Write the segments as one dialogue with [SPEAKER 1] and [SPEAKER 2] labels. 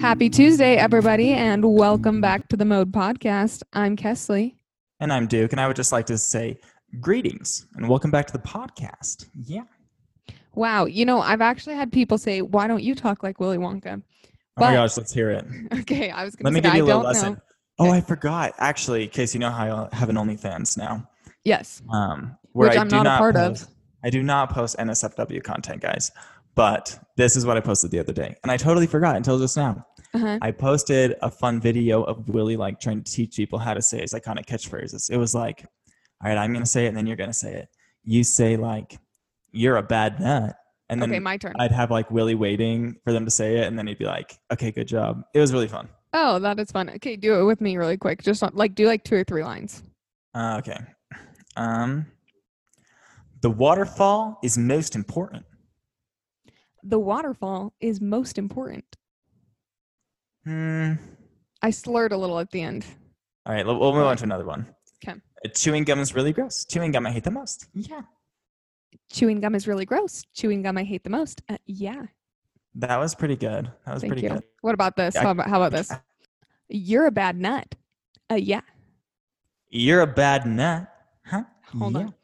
[SPEAKER 1] Happy Tuesday, everybody, and welcome back to the Mode Podcast. I'm Kesley.
[SPEAKER 2] And I'm Duke, and I would just like to say greetings and welcome back to the podcast. Yeah.
[SPEAKER 1] Wow, you know, I've actually had people say, "Why don't you talk like Willy Wonka?"
[SPEAKER 2] Oh my
[SPEAKER 1] But-
[SPEAKER 2] gosh, let's hear it.
[SPEAKER 1] Okay, I was going
[SPEAKER 2] Let
[SPEAKER 1] to
[SPEAKER 2] me
[SPEAKER 1] say
[SPEAKER 2] give
[SPEAKER 1] I
[SPEAKER 2] you a little
[SPEAKER 1] don't
[SPEAKER 2] lesson.
[SPEAKER 1] know.
[SPEAKER 2] Oh,
[SPEAKER 1] Okay.
[SPEAKER 2] I forgot. Actually, Casey, you know how I have an OnlyFans now.
[SPEAKER 1] Yes,
[SPEAKER 2] Um, where
[SPEAKER 1] which
[SPEAKER 2] I
[SPEAKER 1] I'm
[SPEAKER 2] do
[SPEAKER 1] not a part
[SPEAKER 2] post,
[SPEAKER 1] of.
[SPEAKER 2] I do not post NSFW content, guys. But this is what I posted the other day. And I totally forgot until just now.
[SPEAKER 1] Uh-huh.
[SPEAKER 2] I posted a fun video of Willie like trying to teach people how to say his iconic catchphrases. It was like, all right, I'm gonna say it, and then you're gonna say it. You say like, "You're a bad nut," and then
[SPEAKER 1] Okay, my turn.
[SPEAKER 2] I'd have like Willie waiting for them to say it, and then he'd be like, "Okay, good job." It was really fun.
[SPEAKER 1] Oh, that is fun. Okay, do it with me really quick. Just not- like do like two or three lines.
[SPEAKER 2] Uh, okay, um, the waterfall is most important.
[SPEAKER 1] The waterfall is most important.
[SPEAKER 2] Hmm.
[SPEAKER 1] I slurred a little at the end.
[SPEAKER 2] All right, we'll we'll move on to another one.
[SPEAKER 1] 'Kay.
[SPEAKER 2] Uh, Chewing gum is really gross. Chewing gum, I hate the most. Yeah,
[SPEAKER 1] Chewing gum is really gross. Chewing gum I hate the most. Uh, yeah,
[SPEAKER 2] that was pretty good. That was
[SPEAKER 1] thank
[SPEAKER 2] pretty
[SPEAKER 1] you.
[SPEAKER 2] good.
[SPEAKER 1] What about this?
[SPEAKER 2] I-
[SPEAKER 1] How about, how about this? You're a bad nut. Uh, yeah,
[SPEAKER 2] You're a bad nut, huh?
[SPEAKER 1] hold
[SPEAKER 2] Yeah.
[SPEAKER 1] on.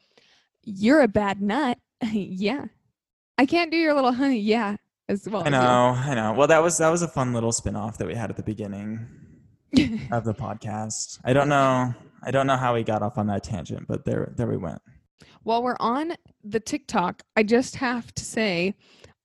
[SPEAKER 1] You're a bad nut. yeah. I can't do your little huh, yeah as well.
[SPEAKER 2] I know, I know. Well, that was that was a fun little spin-off that we had at the beginning
[SPEAKER 1] As you.
[SPEAKER 2] of the podcast. I don't know, I don't know how we got off on that tangent, but there there we went.
[SPEAKER 1] While we're on the TikTok, I just have to say,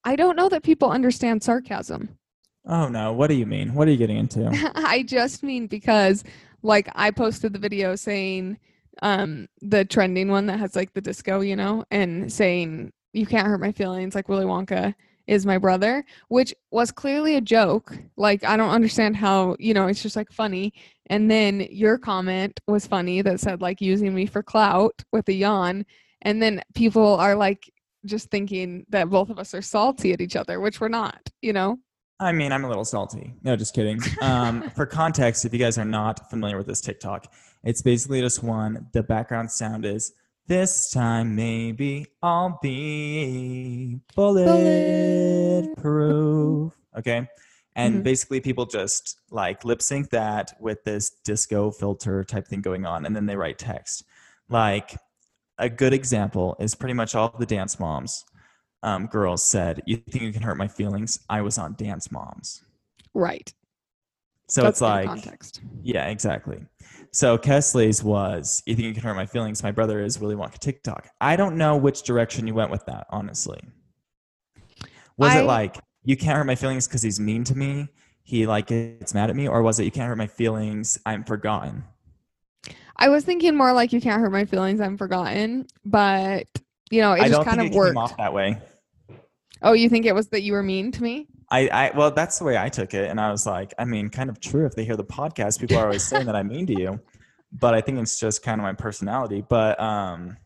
[SPEAKER 1] I don't know that people understand sarcasm.
[SPEAKER 2] Oh no, what do you mean? What are you getting into?
[SPEAKER 1] I just mean because like I posted the video saying um the trending one that has like the disco, you know, and saying you can't hurt my feelings like Willy Wonka is my brother, which was clearly a joke. Like I don't understand how, you know, it's just like funny. And then your comment was funny that said like using me for clout with a yawn and then people are like just thinking that both of us are salty at each other, which we're not, you know.
[SPEAKER 2] I mean, I'm a little salty. No, just kidding. Um, for context, if you guys are not familiar with this TikTok, it's basically just one. The background sound is this time maybe I'll be bulletproof. Okay. And
[SPEAKER 1] Mhm.
[SPEAKER 2] basically, people just like lip sync that with this disco filter type thing going on, and then they write text. Like a good example is pretty much all the dance moms um, girls said, "You think you can hurt my feelings?" I was on Dance Moms,
[SPEAKER 1] Right.
[SPEAKER 2] so
[SPEAKER 1] That's
[SPEAKER 2] it's
[SPEAKER 1] the
[SPEAKER 2] like,
[SPEAKER 1] context.
[SPEAKER 2] yeah, exactly. So Kesley's was, "You think you can hurt my feelings?" My brother is Willy Wonka TikTok. I don't know which direction you went with that, honestly. Was
[SPEAKER 1] I-
[SPEAKER 2] it like you can't hurt my feelings because he's mean to me? He like gets mad at me, or was it you can't hurt my feelings? I'm forgotten.
[SPEAKER 1] I was thinking more like you can't hurt my feelings, I'm forgotten, but you know, it
[SPEAKER 2] I
[SPEAKER 1] just
[SPEAKER 2] don't
[SPEAKER 1] kind
[SPEAKER 2] think
[SPEAKER 1] of
[SPEAKER 2] it
[SPEAKER 1] worked.
[SPEAKER 2] came off that way.
[SPEAKER 1] Oh, you think it was that you were mean to me?
[SPEAKER 2] I, I well, that's the way I took it, and I was like, I mean, kind of true. If they hear the podcast, people are always saying that I'm mean to you, but I think it's just kind of my personality. But um,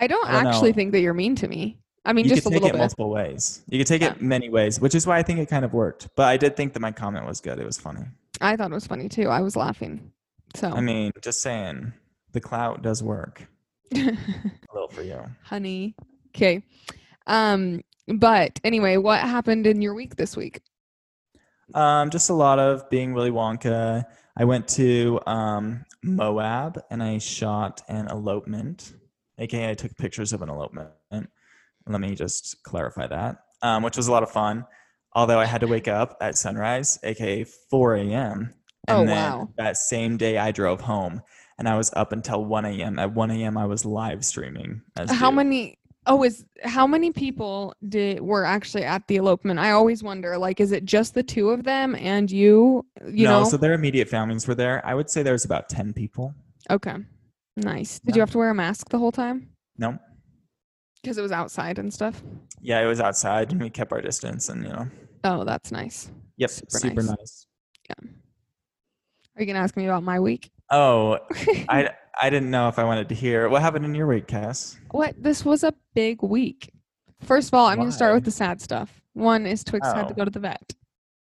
[SPEAKER 1] I don't,
[SPEAKER 2] I don't
[SPEAKER 1] actually
[SPEAKER 2] know.
[SPEAKER 1] think that you're mean to me. I mean,
[SPEAKER 2] you
[SPEAKER 1] just a
[SPEAKER 2] could take
[SPEAKER 1] little
[SPEAKER 2] it
[SPEAKER 1] bit.
[SPEAKER 2] multiple ways. You could take it many ways, which is why I think it kind of worked. But I did think that my comment was good. It was funny.
[SPEAKER 1] I thought it was funny too. I was laughing. So,
[SPEAKER 2] I mean, just saying, the clout does work a little for you.
[SPEAKER 1] honey. Okay. Um, but anyway, what happened in your week this week?
[SPEAKER 2] Um, just a lot of being Willy Wonka. I went to um, Moab and I shot an elopement, aka I took pictures of an elopement. Let me just clarify that, um, which was a lot of fun. Although I had to wake up at sunrise, aka 4 a.m. And
[SPEAKER 1] Oh,
[SPEAKER 2] then
[SPEAKER 1] wow.
[SPEAKER 2] that same day I drove home and I was up until 1 a.m. At 1 a.m. I was live streaming. As
[SPEAKER 1] How
[SPEAKER 2] Duke.
[SPEAKER 1] many? Oh, is how many people did were actually at the elopement? I always wonder. Like, is it just the two of them and you? You
[SPEAKER 2] no,
[SPEAKER 1] know.
[SPEAKER 2] so their immediate families were there. I would say there was about 10 people.
[SPEAKER 1] Okay. Nice. Did you
[SPEAKER 2] Yeah.
[SPEAKER 1] have to wear a mask the whole time?
[SPEAKER 2] No.
[SPEAKER 1] Because it was outside and stuff.
[SPEAKER 2] Yeah, it was outside and we kept our distance and you know.
[SPEAKER 1] Oh, that's nice.
[SPEAKER 2] Yep,
[SPEAKER 1] Super
[SPEAKER 2] super,
[SPEAKER 1] nice.
[SPEAKER 2] nice.
[SPEAKER 1] Are you gonna ask me about my week?
[SPEAKER 2] Oh, I I didn't know if I wanted to hear what happened in your week, Cass.
[SPEAKER 1] what? This was a big week. First of all, I'm gonna start
[SPEAKER 2] Why?
[SPEAKER 1] with the sad stuff. One is Twix had to
[SPEAKER 2] Oh.
[SPEAKER 1] go to the vet.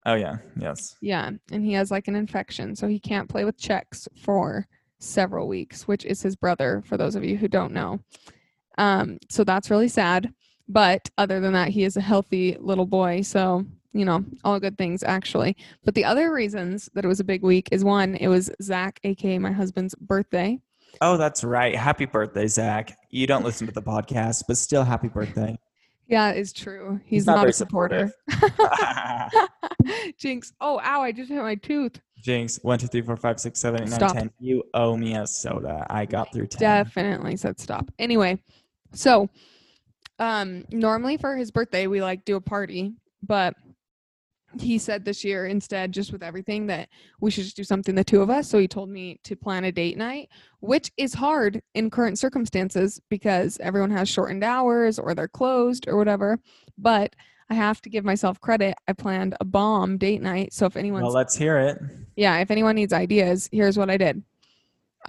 [SPEAKER 2] Oh yeah, yes.
[SPEAKER 1] Yeah, and he has like an infection, so he can't play with checks for several weeks, which is his brother. For those of you who don't know, um, so that's really sad. But other than that, he is a healthy little boy, so you know, all good things actually. But the other reasons that it was a big week is one, it was Zach, aka my husband's birthday.
[SPEAKER 2] Oh, that's right. Happy birthday, Zach. You don't listen to the podcast, but still happy birthday.
[SPEAKER 1] Yeah, it's true. He's,
[SPEAKER 2] not
[SPEAKER 1] not,
[SPEAKER 2] very
[SPEAKER 1] a supporter. Jinx. Oh, ow, I just hit my tooth.
[SPEAKER 2] Jinx, one, two, three, four, five, six, seven, eight, nine,
[SPEAKER 1] Stop.
[SPEAKER 2] ten. You owe me a soda. I got through ten.
[SPEAKER 1] Definitely said stop. Anyway, so um normally for his birthday we like do a party, but he said this year instead just with everything that we should just do something the two of us so he told me to plan a date night which is hard in current circumstances because everyone has shortened hours or they're closed or whatever but i have to give myself credit i planned a bomb date night so if anyone's
[SPEAKER 2] Well, let's hear it.
[SPEAKER 1] yeah, if anyone needs ideas, here's what I did.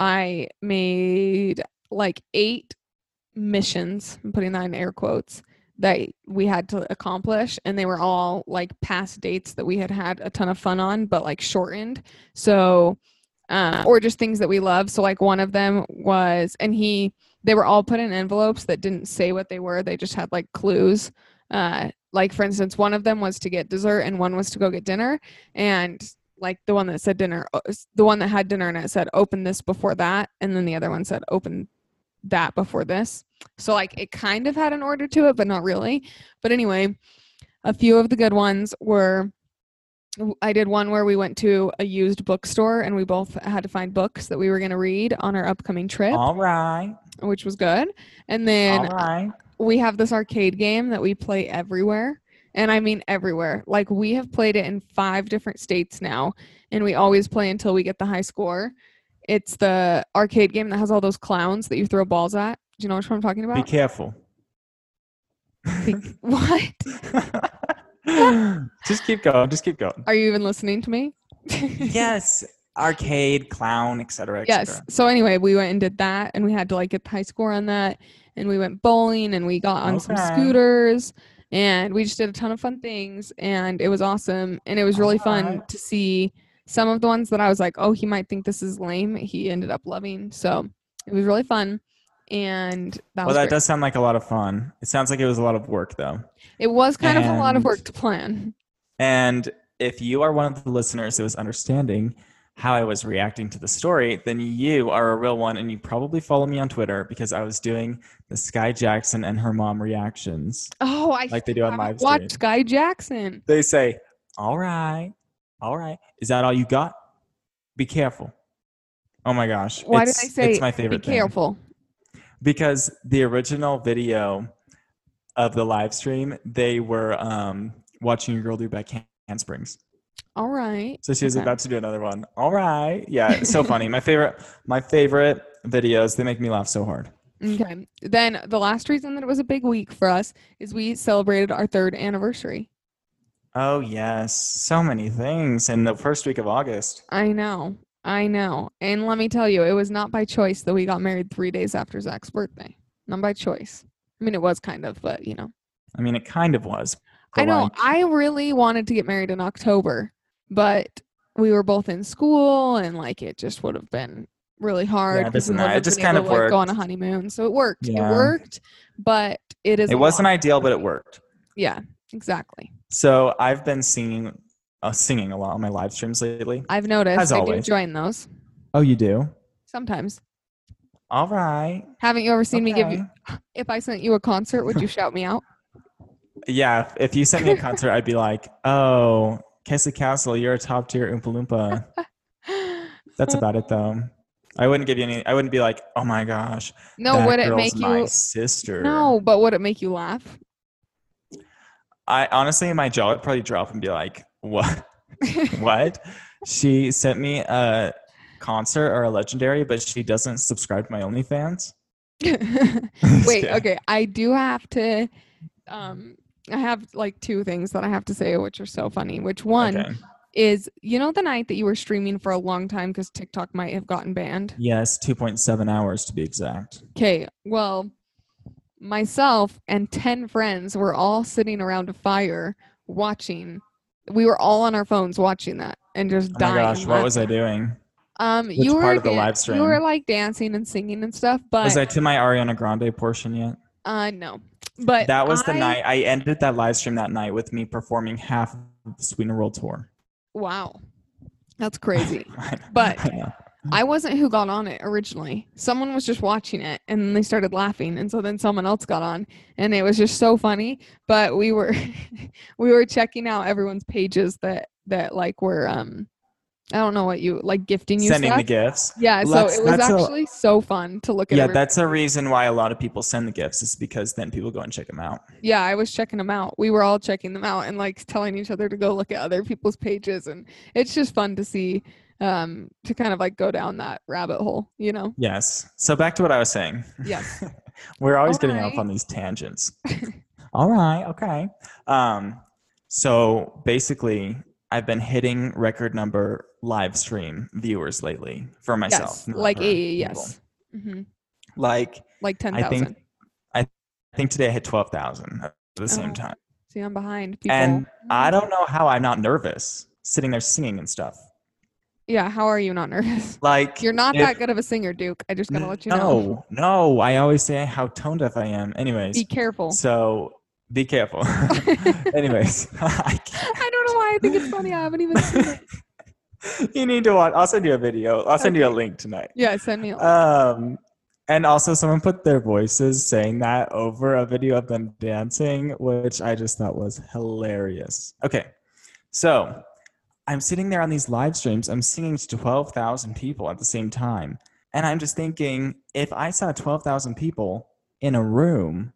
[SPEAKER 1] I made like eight missions, I'm putting that in air quotes, that we had to accomplish. And they were all like past dates that we had had a ton of fun on, but like shortened. So, uh, or just things that we love. So, like one of them was, and he, they were all put in envelopes that didn't say what they were, they just had like clues. Uh, like, for instance, one of them was to get dessert and one was to go get dinner. And like the one that said dinner o- s- the one that had dinner and it said open this before that and then the other one said open that before this so like it kind of had an order to it but not really but anyway a few of the good ones were w- i did one where we went to a used bookstore and we both had to find books that we were going to read on our upcoming trip
[SPEAKER 2] All right.
[SPEAKER 1] which was good and then
[SPEAKER 2] all right.
[SPEAKER 1] we have this arcade game that we play everywhere. And I mean everywhere. Like we have played it in five different states now, and we always play until we get the high score. It's the arcade game that has all those clowns that you throw balls at. Do you know which one I'm talking
[SPEAKER 2] Be
[SPEAKER 1] about?
[SPEAKER 2] careful.
[SPEAKER 1] what?
[SPEAKER 2] just keep going. Just keep going.
[SPEAKER 1] Are you even listening to me?
[SPEAKER 2] Yes. Arcade, clown, etc. Et
[SPEAKER 1] yes.
[SPEAKER 2] cetera.
[SPEAKER 1] So anyway, we went and did that, and we had to like get the high score on that, and we went bowling, and we got on some
[SPEAKER 2] Okay.
[SPEAKER 1] scooters, and we just did a ton of fun things, and it was awesome, and it was really fun
[SPEAKER 2] Alright.
[SPEAKER 1] to see some of the ones that I was like, oh, he might think this is lame. He ended up loving, so it was really fun, and that
[SPEAKER 2] Well,
[SPEAKER 1] was
[SPEAKER 2] that
[SPEAKER 1] great.
[SPEAKER 2] does sound like a lot of fun. It sounds like it was a lot of work, though.
[SPEAKER 1] it was kind of a lot of
[SPEAKER 2] and-
[SPEAKER 1] work to plan.
[SPEAKER 2] And if you are one of the listeners that was understanding how I was reacting to the story, then you are a real one and you probably follow me on Twitter because I was doing the Sky Jackson and her mom reactions
[SPEAKER 1] Oh, I
[SPEAKER 2] like they do on live
[SPEAKER 1] haven't
[SPEAKER 2] stream.
[SPEAKER 1] watched Sky Jackson.
[SPEAKER 2] They say, All right, all right. Is that all you got? Be careful. Oh my gosh.
[SPEAKER 1] Why did
[SPEAKER 2] it's,
[SPEAKER 1] I say
[SPEAKER 2] it's my
[SPEAKER 1] Be
[SPEAKER 2] favorite thing.
[SPEAKER 1] careful.
[SPEAKER 2] because the original video of the live stream, they were um, watching a girl do back hand- handsprings.
[SPEAKER 1] All right.
[SPEAKER 2] So she was
[SPEAKER 1] Okay.
[SPEAKER 2] about to do another one. All right. Yeah, it's so funny. My favorite my favorite videos, they make me laugh so hard.
[SPEAKER 1] Okay. Then the last reason that it was a big week for us is we celebrated our third anniversary.
[SPEAKER 2] Oh yes. So many things in the first week of August.
[SPEAKER 1] I know. I know. And let me tell you, it was not by choice that we got married three days after Zach's birthday. Not by choice. I mean, it was kind of, but you know.
[SPEAKER 2] I mean it kind of was.
[SPEAKER 1] I
[SPEAKER 2] but,
[SPEAKER 1] know.
[SPEAKER 2] like,
[SPEAKER 1] I really wanted to get married in October, but we were both in school and like it just would have been really hard.
[SPEAKER 2] it
[SPEAKER 1] 'cause we
[SPEAKER 2] doesn't matter.
[SPEAKER 1] wouldn't
[SPEAKER 2] It
[SPEAKER 1] have
[SPEAKER 2] just
[SPEAKER 1] been
[SPEAKER 2] kind
[SPEAKER 1] able
[SPEAKER 2] of
[SPEAKER 1] to, like, Go on a
[SPEAKER 2] worked.
[SPEAKER 1] honeymoon. So it worked.
[SPEAKER 2] Yeah.
[SPEAKER 1] It worked, but it is.
[SPEAKER 2] it
[SPEAKER 1] a
[SPEAKER 2] wasn't
[SPEAKER 1] lot.
[SPEAKER 2] ideal, but it worked.
[SPEAKER 1] Yeah, exactly.
[SPEAKER 2] So I've been singing uh, singing a lot on my live streams lately.
[SPEAKER 1] I've noticed.
[SPEAKER 2] As
[SPEAKER 1] I
[SPEAKER 2] always.
[SPEAKER 1] do join those
[SPEAKER 2] Oh, you do?
[SPEAKER 1] sometimes.
[SPEAKER 2] All right.
[SPEAKER 1] Haven't you ever seen me give
[SPEAKER 2] Okay.
[SPEAKER 1] you? If I sent you a concert, would you shout me out?
[SPEAKER 2] Yeah, if- if you sent me a concert, I'd be like, "Oh, Kissy Castle, you're a top tier Oompa Loompa." That's about it, though. I wouldn't give you any. I wouldn't be like, "Oh my gosh,
[SPEAKER 1] No,
[SPEAKER 2] that
[SPEAKER 1] would it
[SPEAKER 2] girl's
[SPEAKER 1] make
[SPEAKER 2] my
[SPEAKER 1] you?
[SPEAKER 2] sister?"
[SPEAKER 1] No, but would it make you laugh?
[SPEAKER 2] I honestly, my jaw would probably drop and be like, "What? what?" She sent me a concert or a legendary, but she doesn't subscribe to my OnlyFans.
[SPEAKER 1] Wait,
[SPEAKER 2] Just kidding.
[SPEAKER 1] okay. I do have to. Um, I have like two things that I have to say, which are so funny. Which one
[SPEAKER 2] Okay.
[SPEAKER 1] is you know the night that you were streaming for a long time because TikTok might have gotten banned.
[SPEAKER 2] Yes, two point seven hours to be exact. Oh
[SPEAKER 1] Okay, well, myself and 10 friends were all sitting around a fire watching. We were all on our phones watching that and just
[SPEAKER 2] Oh my
[SPEAKER 1] dying.
[SPEAKER 2] gosh, what was I
[SPEAKER 1] laughing.
[SPEAKER 2] doing?
[SPEAKER 1] Um,
[SPEAKER 2] Which
[SPEAKER 1] you were
[SPEAKER 2] part of the
[SPEAKER 1] dan-
[SPEAKER 2] live
[SPEAKER 1] You were
[SPEAKER 2] stream?
[SPEAKER 1] like dancing and singing and stuff, but
[SPEAKER 2] Was I to my Ariana Grande portion yet?
[SPEAKER 1] Uh, no, but
[SPEAKER 2] that was the
[SPEAKER 1] I-
[SPEAKER 2] night I ended that live stream that night with me performing half of the Sweetener World Tour.
[SPEAKER 1] Wow, that's crazy.
[SPEAKER 2] I-
[SPEAKER 1] But-
[SPEAKER 2] I know.
[SPEAKER 1] I wasn't who got on it originally. Someone was just watching it and then they started laughing and so then someone else got on and it was just so funny, but we were we were checking out everyone's pages that that like were um I don't know what you like gifting you
[SPEAKER 2] sending
[SPEAKER 1] stuff.
[SPEAKER 2] the gifts.
[SPEAKER 1] yeah, so
[SPEAKER 2] Let's-
[SPEAKER 1] it was
[SPEAKER 2] that's a-
[SPEAKER 1] actually so fun to look at.
[SPEAKER 2] Yeah,
[SPEAKER 1] every-
[SPEAKER 2] that's a reason why a lot of people send the gifts. It's because then people go and check them out.
[SPEAKER 1] yeah, I was checking them out. We were all checking them out and like telling each other to go look at other people's pages and it's just fun to see um to kind of like go down that rabbit hole, you know.
[SPEAKER 2] Yes. So back to what I was saying.
[SPEAKER 1] Yes.
[SPEAKER 2] We're always
[SPEAKER 1] All
[SPEAKER 2] getting
[SPEAKER 1] right.
[SPEAKER 2] off on these tangents. All right. Okay. Um, so basically, I've been hitting record number live stream viewers lately for myself.
[SPEAKER 1] yes.
[SPEAKER 2] not
[SPEAKER 1] Like
[SPEAKER 2] for
[SPEAKER 1] yeah, yeah,
[SPEAKER 2] people.
[SPEAKER 1] yes. Mhm.
[SPEAKER 2] Like
[SPEAKER 1] like ten
[SPEAKER 2] I think
[SPEAKER 1] thousand.
[SPEAKER 2] I think today I hit twelve thousand at the same
[SPEAKER 1] Oh,
[SPEAKER 2] time,
[SPEAKER 1] See, I'm behind people.
[SPEAKER 2] and I don't know how I'm not nervous sitting there singing and stuff.
[SPEAKER 1] Yeah, how are you not nervous?
[SPEAKER 2] Like
[SPEAKER 1] You're not
[SPEAKER 2] if-
[SPEAKER 1] that good of a singer, Duke. I just gotta let you know.
[SPEAKER 2] no, no. I always say how tone deaf I am. Anyways,
[SPEAKER 1] Be careful.
[SPEAKER 2] so be careful. Anyways, I can't.
[SPEAKER 1] I don't know why I think it's funny. I haven't even seen it.
[SPEAKER 2] you need to watch. I'll send you a video. I'll send you a link tonight.
[SPEAKER 1] Yeah, send me. a link.
[SPEAKER 2] Um, and also, someone put their voices saying that over a video of them dancing, which I just thought was hilarious. Okay, so I'm sitting there on these live streams. I'm singing to 12,000 people at the same time. And I'm just thinking, if I saw 12,000 people in a room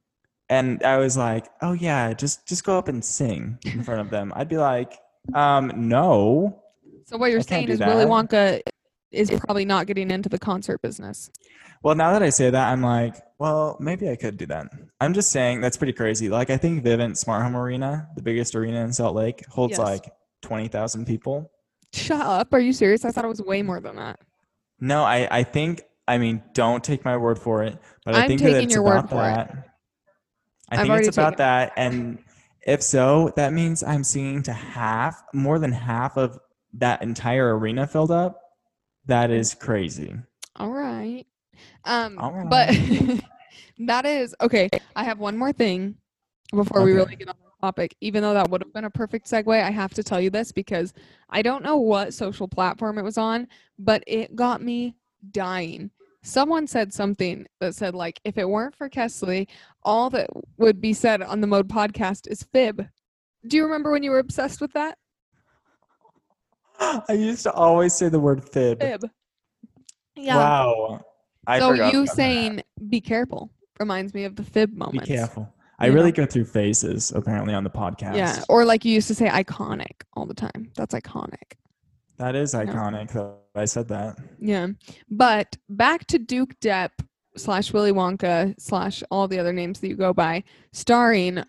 [SPEAKER 2] and I was like, oh, yeah, just, just go up and sing in front of them, I'd be like, um, no,
[SPEAKER 1] so what you're
[SPEAKER 2] I can't
[SPEAKER 1] saying
[SPEAKER 2] do
[SPEAKER 1] is Willy
[SPEAKER 2] that.
[SPEAKER 1] Wonka is probably not getting into the concert business.
[SPEAKER 2] Well, now that I say that, I'm like, well, maybe I could do that. I'm just saying that's pretty crazy. Like, I think Vivint Smart Home Arena, the biggest arena in Salt Lake, holds
[SPEAKER 1] Yes.
[SPEAKER 2] like 20,000 people.
[SPEAKER 1] Shut up. Are you serious? I thought it was way more than that.
[SPEAKER 2] No, I, I think, I mean, don't take my word for it, but I
[SPEAKER 1] I'm
[SPEAKER 2] think that
[SPEAKER 1] taking
[SPEAKER 2] it's
[SPEAKER 1] your word
[SPEAKER 2] about
[SPEAKER 1] for it.
[SPEAKER 2] that. I
[SPEAKER 1] I've
[SPEAKER 2] think
[SPEAKER 1] already
[SPEAKER 2] it's about
[SPEAKER 1] taken-
[SPEAKER 2] that. And if so, that means I'm singing to half, more than half of that entire arena filled up. That is crazy.
[SPEAKER 1] All right. Um
[SPEAKER 2] All
[SPEAKER 1] but that is okay. I have one more thing before we
[SPEAKER 2] Okay.
[SPEAKER 1] really get on the topic. Even though that would have been a perfect segue, I have to tell you this because I don't know what social platform it was on, but it got me dying. Someone said something that said like if it weren't for Kesley, all that would be said on the Mode podcast is fib. Do you remember when you were obsessed with that?
[SPEAKER 2] I used to always say the word fib.
[SPEAKER 1] Fib. Yeah.
[SPEAKER 2] Wow. I
[SPEAKER 1] so
[SPEAKER 2] forgot
[SPEAKER 1] you
[SPEAKER 2] about that.
[SPEAKER 1] saying "be careful" reminds me of the fib
[SPEAKER 2] Be
[SPEAKER 1] moment.
[SPEAKER 2] careful. I
[SPEAKER 1] you
[SPEAKER 2] really go through phases apparently on the podcast.
[SPEAKER 1] Yeah, or like you used to say iconic all the time. That's iconic.
[SPEAKER 2] That is iconic though. I said that.
[SPEAKER 1] Yeah. But back to Duke Depp slash Willy Wonka slash all the other names that you go by, starring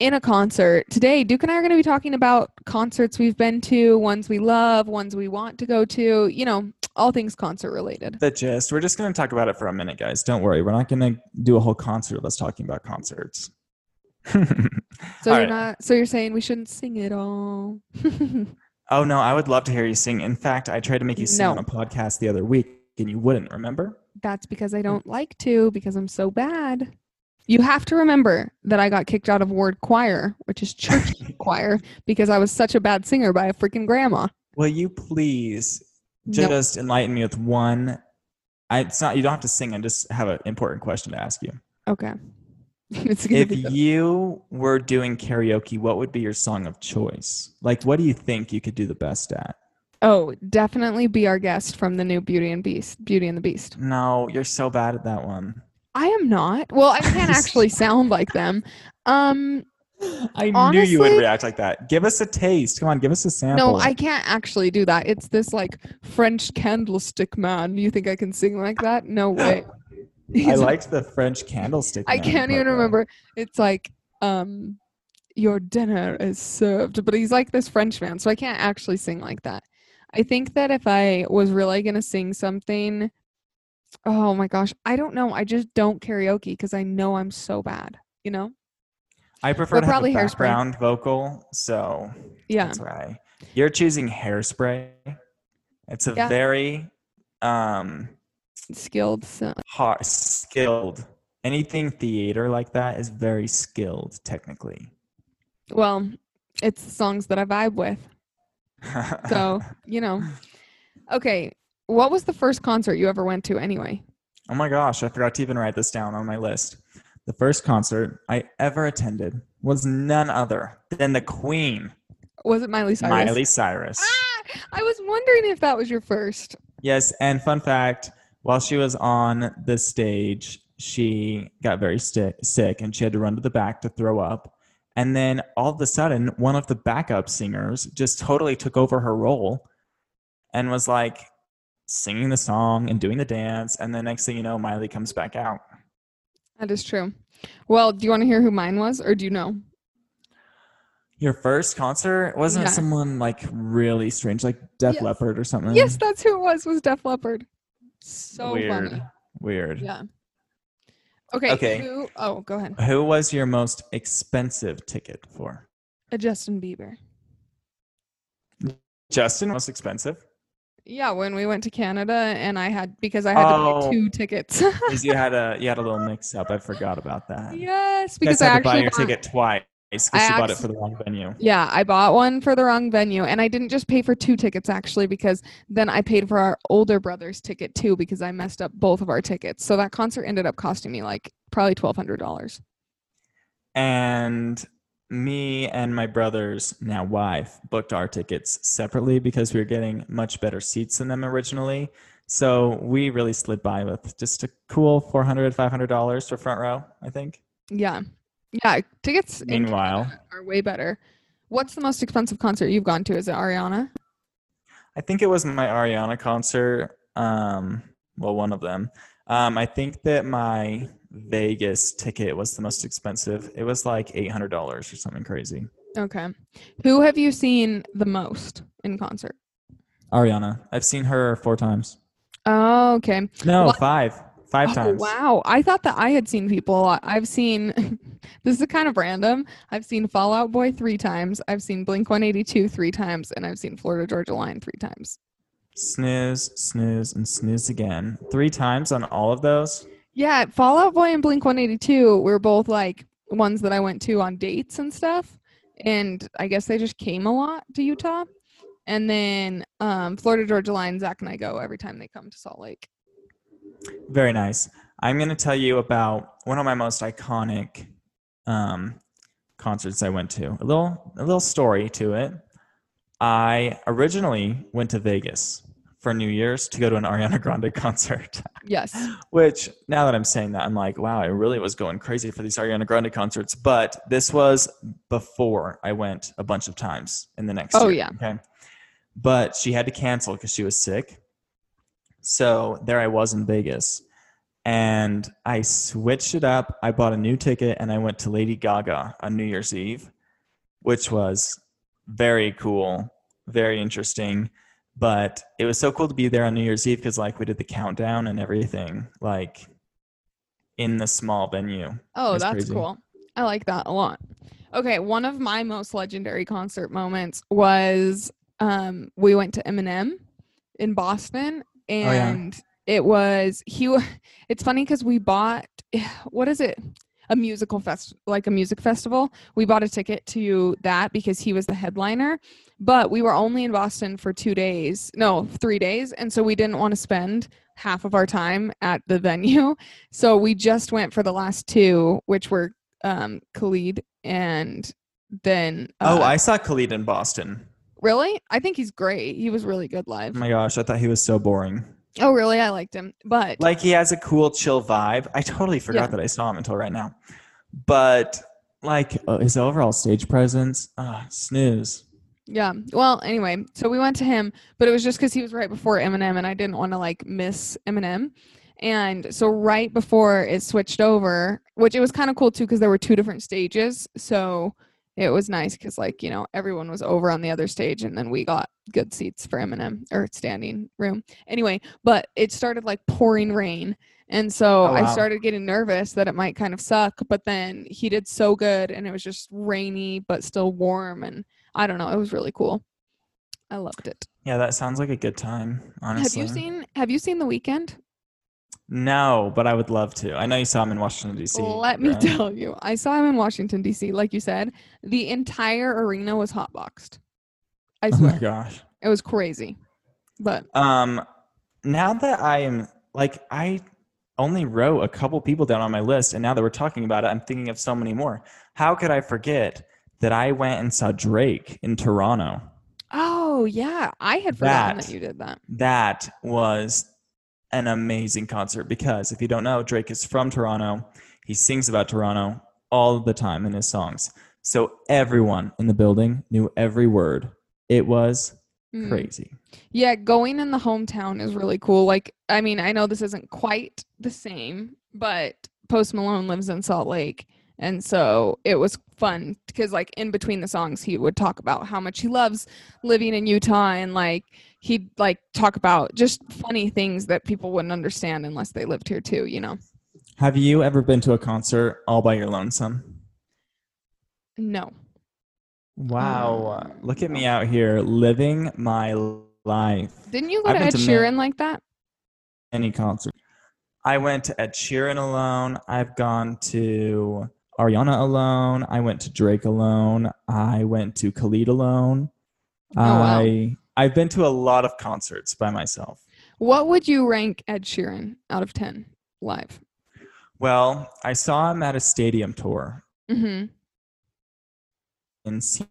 [SPEAKER 1] in a concert. Today, Duke and I are going to be talking about concerts we've been to, ones we love, ones we want to go to, you know, all things concert related.
[SPEAKER 2] The gist. We're just gonna talk about it for a minute, guys. Don't worry. We're not gonna do a whole concert of us talking about concerts.
[SPEAKER 1] So
[SPEAKER 2] All
[SPEAKER 1] you're
[SPEAKER 2] right.
[SPEAKER 1] not so you're saying we shouldn't sing it all.
[SPEAKER 2] oh no, I would love to hear you sing. In fact, I tried to make you sing
[SPEAKER 1] No.
[SPEAKER 2] on a podcast the other week and you wouldn't, remember?
[SPEAKER 1] That's because
[SPEAKER 2] Hmm.
[SPEAKER 1] I don't like to because I'm so bad. You have to remember that I got kicked out of Ward Choir, which is church choir, because I was such a bad singer by a freaking grandma.
[SPEAKER 2] Will you please
[SPEAKER 1] No,
[SPEAKER 2] just enlighten me with one I, it's not you don't have to sing, I just have an important question to ask you.
[SPEAKER 1] Okay. it's gonna
[SPEAKER 2] if
[SPEAKER 1] be the-
[SPEAKER 2] you were doing karaoke, what would be your song of choice? Like, what do you think you could do the best at?
[SPEAKER 1] oh, definitely be our guest from the new Beauty and Beast, Beauty and the Beast.
[SPEAKER 2] No, you're so bad at that one.
[SPEAKER 1] I am not. Well, I can't actually sound like them. Um,
[SPEAKER 2] I knew you would
[SPEAKER 1] Honestly-
[SPEAKER 2] react like that. Give us a taste. Come on, give us a sample.
[SPEAKER 1] no, I can't actually do that. It's this like French candlestick man. You think I can sing like that? No way.
[SPEAKER 2] I
[SPEAKER 1] He's
[SPEAKER 2] liked the French candlestick.
[SPEAKER 1] I
[SPEAKER 2] man
[SPEAKER 1] can't even
[SPEAKER 2] part, though.
[SPEAKER 1] remember. It's like, um, your dinner is served, but he's like this French man, so I can't actually sing like that. I think that if I was really gonna sing something, oh my gosh, I don't know. I just don't karaoke because I know I'm so bad. You know?
[SPEAKER 2] I prefer to have
[SPEAKER 1] probably
[SPEAKER 2] a
[SPEAKER 1] Hairspray.
[SPEAKER 2] background vocal, so
[SPEAKER 1] Yeah.
[SPEAKER 2] that's why you're choosing hairspray. It's a
[SPEAKER 1] Yeah.
[SPEAKER 2] very um
[SPEAKER 1] Skilled. So
[SPEAKER 2] hard, skilled, anything theater like that is very skilled technically.
[SPEAKER 1] Well, it's songs that I vibe with. So, you know. Okay. What was the first concert you ever went to anyway?
[SPEAKER 2] oh my gosh, I forgot to even write this down on my list. The first concert I ever attended was none other than the Queen,
[SPEAKER 1] Was it Miley Cyrus?
[SPEAKER 2] Miley Cyrus.
[SPEAKER 1] Ah, I was wondering if that was your first.
[SPEAKER 2] Yes, and fun fact while she was on the stage, she got very sti- sick and she had to run to the back to throw up. And then all of a sudden, one of the backup singers just totally took over her role and was like singing the song and doing the dance. And the next thing you know, Miley comes back out.
[SPEAKER 1] That is true. Well, do you want to hear who mine was or do you know?
[SPEAKER 2] Your first concert wasn't it
[SPEAKER 1] Yeah.
[SPEAKER 2] someone like really strange, like Def
[SPEAKER 1] Yes.
[SPEAKER 2] Leppard or something.
[SPEAKER 1] Yes, that's who it was, was Def Leppard. So
[SPEAKER 2] weird.
[SPEAKER 1] funny.
[SPEAKER 2] Weird.
[SPEAKER 1] Yeah. Okay.
[SPEAKER 2] Okay.
[SPEAKER 1] Who, oh, go ahead.
[SPEAKER 2] Who was your most expensive ticket for?
[SPEAKER 1] A Justin Bieber.
[SPEAKER 2] Justin, most expensive?
[SPEAKER 1] Yeah, when we went to Canada and I had because I had to
[SPEAKER 2] Oh.
[SPEAKER 1] buy two tickets.
[SPEAKER 2] 'Cause you had a you had a little mix up. I forgot about that. You
[SPEAKER 1] yes,
[SPEAKER 2] guys
[SPEAKER 1] because I
[SPEAKER 2] had to buy
[SPEAKER 1] actually
[SPEAKER 2] your
[SPEAKER 1] bought-
[SPEAKER 2] ticket twice because
[SPEAKER 1] I
[SPEAKER 2] you bought it
[SPEAKER 1] actu-
[SPEAKER 2] for the wrong venue.
[SPEAKER 1] Yeah, I bought one for the wrong venue and I didn't just pay for two tickets actually because then I paid for our older brother's ticket too because I messed up both of our tickets. So that concert ended up costing me like probably $1200.
[SPEAKER 2] And me and my brother's now wife booked our tickets separately because we were getting much better seats than them originally. So we really slid by with just a cool $400, $500 for front row, I think.
[SPEAKER 1] Yeah. Yeah, tickets in
[SPEAKER 2] Meanwhile,
[SPEAKER 1] Canada are way better. What's the most expensive concert you've gone to? Is it Ariana?
[SPEAKER 2] I think it was my Ariana concert. Um, well, one of them. Um, I think that my Vegas ticket was the most expensive. It was like $800 or something crazy.
[SPEAKER 1] Okay. Who have you seen the most in concert?
[SPEAKER 2] Ariana, I've seen her four times.
[SPEAKER 1] Oh, okay.
[SPEAKER 2] No,
[SPEAKER 1] What?
[SPEAKER 2] five. Five
[SPEAKER 1] Oh,
[SPEAKER 2] times.
[SPEAKER 1] wow. I thought that I had seen people a lot. I've seen, this is kind of random. I've seen Fallout Boy three times. I've seen Blink 182 three times. And I've seen Florida Georgia Line three times.
[SPEAKER 2] Snooze, snooze, and snooze again. Three times on all of those.
[SPEAKER 1] Yeah. Fallout Boy and Blink 182 were both like ones that I went to on dates and stuff. And I guess they just came a lot to Utah. And then um, Florida Georgia Line, Zach and I go every time they come to Salt Lake.
[SPEAKER 2] Very nice. I'm going to tell you about one of my most iconic um, concerts I went to. A little, a little story to it. I originally went to Vegas for New Year's to go to an Ariana Grande concert.
[SPEAKER 1] Yes.
[SPEAKER 2] Which now that I'm saying that, I'm like, wow, I really was going crazy for these Ariana Grande concerts. But this was before I went a bunch of times in the next
[SPEAKER 1] Oh,
[SPEAKER 2] year,
[SPEAKER 1] yeah.
[SPEAKER 2] Okay. But she had to cancel because she was sick. So there I was in Vegas. And I switched it up. I bought a new ticket and I went to Lady Gaga on New Year's Eve, which was very cool, very interesting but it was so cool to be there on New Year's Eve because like we did the countdown and everything like in the small venue.
[SPEAKER 1] Oh,
[SPEAKER 2] That's
[SPEAKER 1] that's
[SPEAKER 2] crazy.
[SPEAKER 1] cool. I like that a lot. Okay, one of my most legendary concert moments was um, we went to Eminem in Boston,
[SPEAKER 2] Oh, yeah.
[SPEAKER 1] and it was he. wa- It's funny because we bought what is it? A musical fest, like a music festival. We bought a ticket to that because he was the headliner, but we were only in Boston for two days, no, three days, and so we didn't want to spend half of our time at the venue. So we just went for the last two, which were um, Khalid and then. uh,
[SPEAKER 2] oh, I saw Khalid in Boston.
[SPEAKER 1] really? I think he's great. He was really good live.
[SPEAKER 2] Oh my gosh, I thought he was so boring.
[SPEAKER 1] oh, really? I liked him, but
[SPEAKER 2] Like he has a cool chill vibe. I totally forgot
[SPEAKER 1] Yeah.
[SPEAKER 2] that I saw him until right now. But like uh, his overall stage presence, uh, snooze.
[SPEAKER 1] yeah. Well, anyway, so we went to him, but it was just because he was right before Eminem, and I didn't want to like miss Eminem. And so right before it switched over, which it was kind of cool too, because there were two different stages. So it was nice because like you know everyone was over on the other stage, and then we got good seats for Eminem or standing room. Anyway, but it started like pouring rain. And so
[SPEAKER 2] Oh, wow.
[SPEAKER 1] I started getting nervous that it might kind of suck, but then he did so good and it was just rainy but still warm and I don't know, it was really cool. I loved it.
[SPEAKER 2] Yeah, that sounds like a good time. Honestly,
[SPEAKER 1] Have you seen have you seen The Weekend?
[SPEAKER 2] No, but I would love to. I know you saw him in Washington D.C.
[SPEAKER 1] Let me
[SPEAKER 2] right?
[SPEAKER 1] tell you, I saw him in Washington D.C. Like you said, the entire arena was hotboxed. I
[SPEAKER 2] Oh my
[SPEAKER 1] swear,
[SPEAKER 2] gosh.
[SPEAKER 1] it was crazy. But
[SPEAKER 2] Um, now that I am like I only wrote a couple people down on my list, and now that we're talking about it, I'm thinking of so many more. How could I forget that I went and saw Drake in Toronto?
[SPEAKER 1] oh yeah, I had forgotten that,
[SPEAKER 2] That-
[SPEAKER 1] you did that.
[SPEAKER 2] That was an amazing concert because if you don't know, Drake is from Toronto. He sings about Toronto all the time in his songs. So everyone in the building knew every word. It was
[SPEAKER 1] Mm.
[SPEAKER 2] crazy.
[SPEAKER 1] Yeah, going in the hometown is really cool. Like, I mean, I know this isn't quite the same, but Post Malone lives in Salt Lake. And so it was fun because, like, in between the songs, he would talk about how much he loves living in Utah and, like, he'd, like, talk about just funny things that people wouldn't understand unless they lived here, too, you know?
[SPEAKER 2] Have you ever been to a concert all by your lonesome?
[SPEAKER 1] No.
[SPEAKER 2] Wow.
[SPEAKER 1] Um,
[SPEAKER 2] Look at me out here living my life.
[SPEAKER 1] Didn't you go
[SPEAKER 2] I've
[SPEAKER 1] to
[SPEAKER 2] been
[SPEAKER 1] Ed
[SPEAKER 2] to ma-
[SPEAKER 1] Sheeran like that?
[SPEAKER 2] Any concert. I went to Ed Sheeran alone. I've gone to Ariana alone. I went to Drake alone. I went to Khalid alone.
[SPEAKER 1] Oh, wow.
[SPEAKER 2] I I've been to a lot of concerts by myself.
[SPEAKER 1] What would you rank Ed Sheeran out of 10 live?
[SPEAKER 2] Well, I saw him at a stadium tour
[SPEAKER 1] hmm
[SPEAKER 2] in Seattle.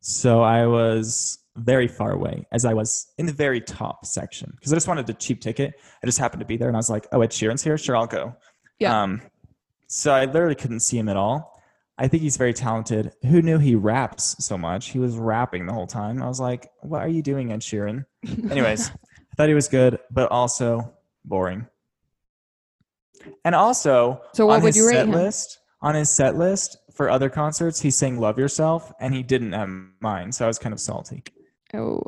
[SPEAKER 2] So I was very far away as I was in the very top section because I just wanted a cheap ticket. I just happened to be there and I was like, oh, Ed Sheeran's here? Sure, I'll go.
[SPEAKER 1] Yeah.
[SPEAKER 2] Um, so I literally couldn't see him at all. I think he's very talented. Who knew he raps so much? He was rapping the whole time. I was like, what are you doing, Ed Sheeran? Anyways, I thought he was good, but also boring. And also,
[SPEAKER 1] so what
[SPEAKER 2] on
[SPEAKER 1] would
[SPEAKER 2] his
[SPEAKER 1] you rate
[SPEAKER 2] set
[SPEAKER 1] him?
[SPEAKER 2] list on his set list for other concerts he sang love yourself and he didn't have mine so i was kind of salty
[SPEAKER 1] Oh.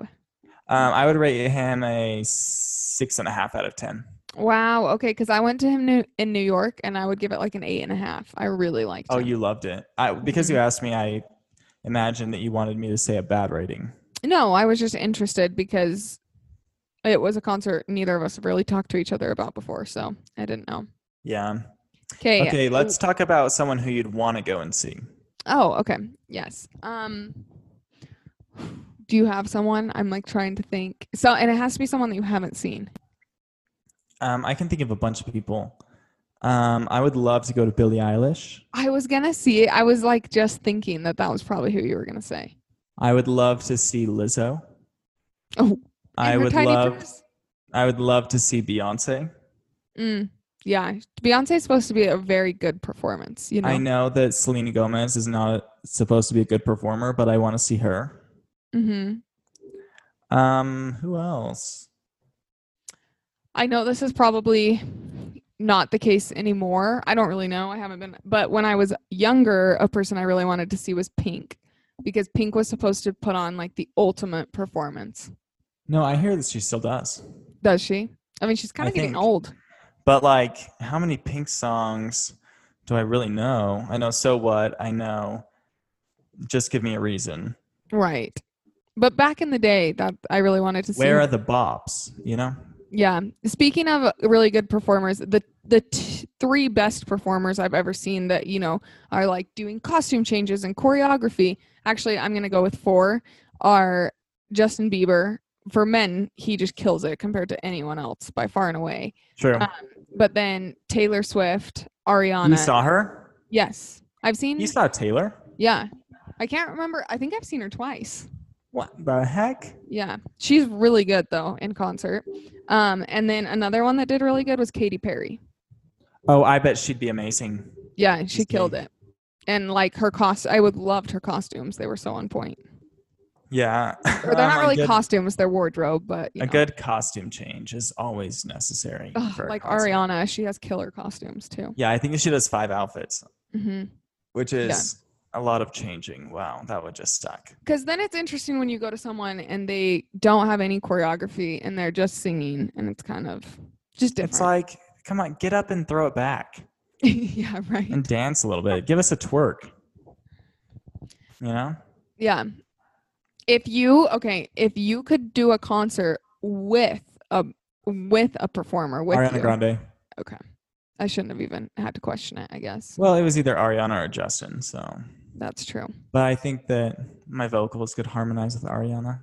[SPEAKER 2] um, i would rate him a six and a half out of ten
[SPEAKER 1] Wow. Okay. Because I went to him new, in New York and I would give it like an eight and a half. I really liked
[SPEAKER 2] oh
[SPEAKER 1] him.
[SPEAKER 2] you loved it I, because
[SPEAKER 1] Mm-hmm.
[SPEAKER 2] you asked me i imagined that you wanted me to say a bad rating
[SPEAKER 1] No, I was just interested because it was a concert neither of us have really talked to each other about before. So I didn't know.
[SPEAKER 2] yeah
[SPEAKER 1] Okay.
[SPEAKER 2] okay let's talk about someone who you'd want to go and see
[SPEAKER 1] Oh, okay. Yes. Um, do you have someone? I'm like trying to think. So, and it has to be someone that you haven't seen.
[SPEAKER 2] um, i can think of a bunch of people um, i would love to go to billie eilish
[SPEAKER 1] I was going to see it. I was like just thinking that that was probably who you were going to say.
[SPEAKER 2] i would love to see lizzo
[SPEAKER 1] Oh, And
[SPEAKER 2] i
[SPEAKER 1] her
[SPEAKER 2] would
[SPEAKER 1] tiny
[SPEAKER 2] love
[SPEAKER 1] dress?
[SPEAKER 2] i would love to see beyonce
[SPEAKER 1] Mm, yeah. Beyonce is supposed to be a very good performance, you know?
[SPEAKER 2] I know that Selena Gomez is not supposed to be a good performer, but I want to see her.
[SPEAKER 1] Mm-hmm.
[SPEAKER 2] Um, who else?
[SPEAKER 1] I know this is probably not the case anymore. I don't really know. I haven't been, but when I was younger, a person I really wanted to see was Pink because Pink was supposed to put on like the ultimate performance.
[SPEAKER 2] No, I hear that she still does.
[SPEAKER 1] Does she? I mean, she's kind
[SPEAKER 2] I
[SPEAKER 1] of getting
[SPEAKER 2] think.
[SPEAKER 1] old.
[SPEAKER 2] But like, how many Pink songs do I really know? I know so what? I know. Just give me a reason.
[SPEAKER 1] Right. But back in the day, that I really wanted to see.
[SPEAKER 2] Where
[SPEAKER 1] her.
[SPEAKER 2] are the bops? You know?
[SPEAKER 1] Yeah. Speaking of really good performers, the the t- three best performers I've ever seen that you know are like doing costume changes and choreography. Actually, I'm gonna go with four. Are Justin Bieber for men? He just kills it compared to anyone else by far and away.
[SPEAKER 2] True.
[SPEAKER 1] Uh, But then Taylor Swift,
[SPEAKER 2] you
[SPEAKER 1] Ariana.
[SPEAKER 2] saw her?
[SPEAKER 1] yes, I've seen.
[SPEAKER 2] You saw Taylor?
[SPEAKER 1] yeah, I can't remember. I think I've seen her twice.
[SPEAKER 2] What the heck?
[SPEAKER 1] Yeah, she's really good though in concert. Um, and then another one that did really good was Katy Perry.
[SPEAKER 2] Oh, I bet she'd be amazing.
[SPEAKER 1] Yeah, and she
[SPEAKER 2] Just
[SPEAKER 1] killed it. And like her cost, I would loved her costumes. They were so on point.
[SPEAKER 2] Yeah.
[SPEAKER 1] Or they're
[SPEAKER 2] Um,
[SPEAKER 1] not
[SPEAKER 2] a
[SPEAKER 1] really
[SPEAKER 2] good-
[SPEAKER 1] costumes; they're wardrobe. But you
[SPEAKER 2] A
[SPEAKER 1] know.
[SPEAKER 2] good costume change is always necessary.
[SPEAKER 1] Ugh,
[SPEAKER 2] for a
[SPEAKER 1] like
[SPEAKER 2] concert.
[SPEAKER 1] Ariana, she has killer costumes too. Mm-hmm.
[SPEAKER 2] Yeah, I think she does five outfits,
[SPEAKER 1] Because
[SPEAKER 2] which is a lot of changing. Wow, that would just suck.
[SPEAKER 1] then it's interesting when you go to someone and they don't have any choreography and they're just singing, and it's kind of just different.
[SPEAKER 2] It's like, come on, get up and throw it back
[SPEAKER 1] yeah, right.
[SPEAKER 2] and dance a little bit. Give us a twerk. You know?
[SPEAKER 1] Yeah. If you okay, if you could do a concert with a with a performer with
[SPEAKER 2] Ariana
[SPEAKER 1] you,
[SPEAKER 2] Grande.
[SPEAKER 1] Okay. I shouldn't have even had to question it, I guess.
[SPEAKER 2] Well, it was either Ariana or Justin, so.
[SPEAKER 1] That's true.
[SPEAKER 2] But I think that my vocals could harmonize with Ariana.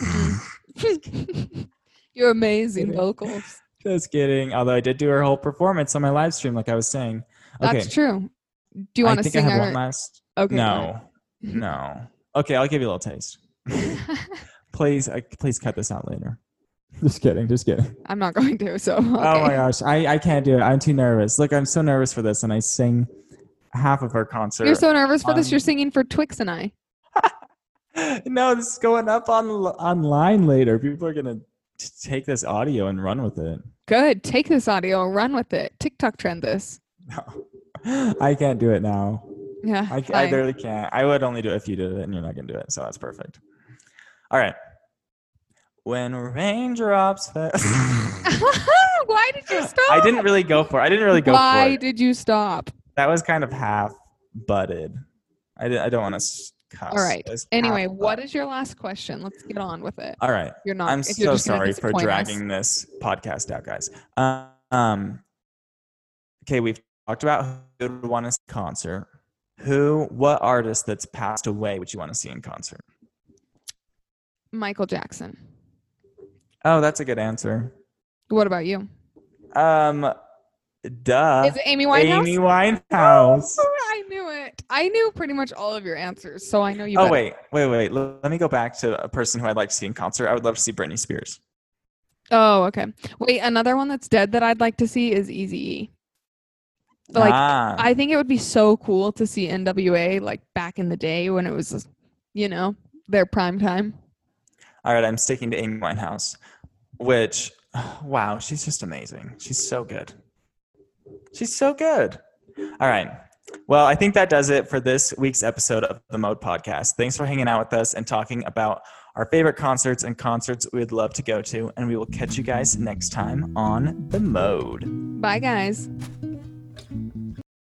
[SPEAKER 1] Mm-hmm. You're amazing vocals.
[SPEAKER 2] Just kidding. Although I did do her whole performance on my live stream, like I was saying. Okay.
[SPEAKER 1] That's true. Do you want to
[SPEAKER 2] I think
[SPEAKER 1] sing
[SPEAKER 2] I have
[SPEAKER 1] our
[SPEAKER 2] one last.
[SPEAKER 1] Okay. go ahead.
[SPEAKER 2] No, no. Okay, I'll give you a little taste. please, I, please cut this out later. Just kidding. Just kidding.
[SPEAKER 1] I'm not going to, so okay.
[SPEAKER 2] Oh my gosh, I, I can't do it. I'm too nervous. Look, I'm so nervous for this, and I sing half of her concert.
[SPEAKER 1] You're so nervous for this.
[SPEAKER 2] Um,
[SPEAKER 1] You're singing for Twix and I.
[SPEAKER 2] no, this is going up on online later. People are gonna t- take this audio and run with it.
[SPEAKER 1] Good. Take this audio and run with it. TikTok trend this.
[SPEAKER 2] No, I can't do it now.
[SPEAKER 1] Yeah.
[SPEAKER 2] I, I
[SPEAKER 1] fine.
[SPEAKER 2] barely can't. I would only do it if you did it, and you're not gonna do it, so that's perfect. All right. When raindrops fell,
[SPEAKER 1] Why did you stop?
[SPEAKER 2] I didn't really go for. It. I didn't really go
[SPEAKER 1] Why
[SPEAKER 2] for. It.
[SPEAKER 1] did you stop?
[SPEAKER 2] That was kind of half butted. I, di- I don't want to cuss.
[SPEAKER 1] All right.
[SPEAKER 2] It was half
[SPEAKER 1] Anyway, what
[SPEAKER 2] butted.
[SPEAKER 1] is your last question? Let's get on with it.
[SPEAKER 2] All right.
[SPEAKER 1] You're not.
[SPEAKER 2] I'm
[SPEAKER 1] if you're
[SPEAKER 2] so
[SPEAKER 1] just gonna
[SPEAKER 2] sorry for
[SPEAKER 1] disappoint us.
[SPEAKER 2] dragging this podcast out, guys. Uh, Um, okay, we've talked about who would want to see in concert. Who, what artist that's passed away would you want to see in concert?
[SPEAKER 1] Michael Jackson.
[SPEAKER 2] Oh, that's a good answer.
[SPEAKER 1] What about you?
[SPEAKER 2] Um, duh.
[SPEAKER 1] is it Amy Winehouse?
[SPEAKER 2] Amy Winehouse.
[SPEAKER 1] Oh, I knew it. I knew pretty much all of your answers, so I know you.
[SPEAKER 2] Oh
[SPEAKER 1] better.
[SPEAKER 2] wait, wait, wait. L- Let me go back to a person who I'd like to see in concert. I would love to see Britney Spears.
[SPEAKER 1] Oh, okay. Wait, another one that's dead that I'd like to see is Eazy-E. Like,
[SPEAKER 2] ah,
[SPEAKER 1] I think it would be so cool to see NWA like back in the day when it was, you know, their prime time.
[SPEAKER 2] All right, I'm sticking to Amy Winehouse, which, wow, she's just amazing. She's so good. She's so good. All right. Well, I think that does it for this week's episode of the Mode Podcast. Thanks for hanging out with us and talking about our favorite concerts and concerts we would love to go to. And we will catch you guys next time on The Mode.
[SPEAKER 1] Bye, guys.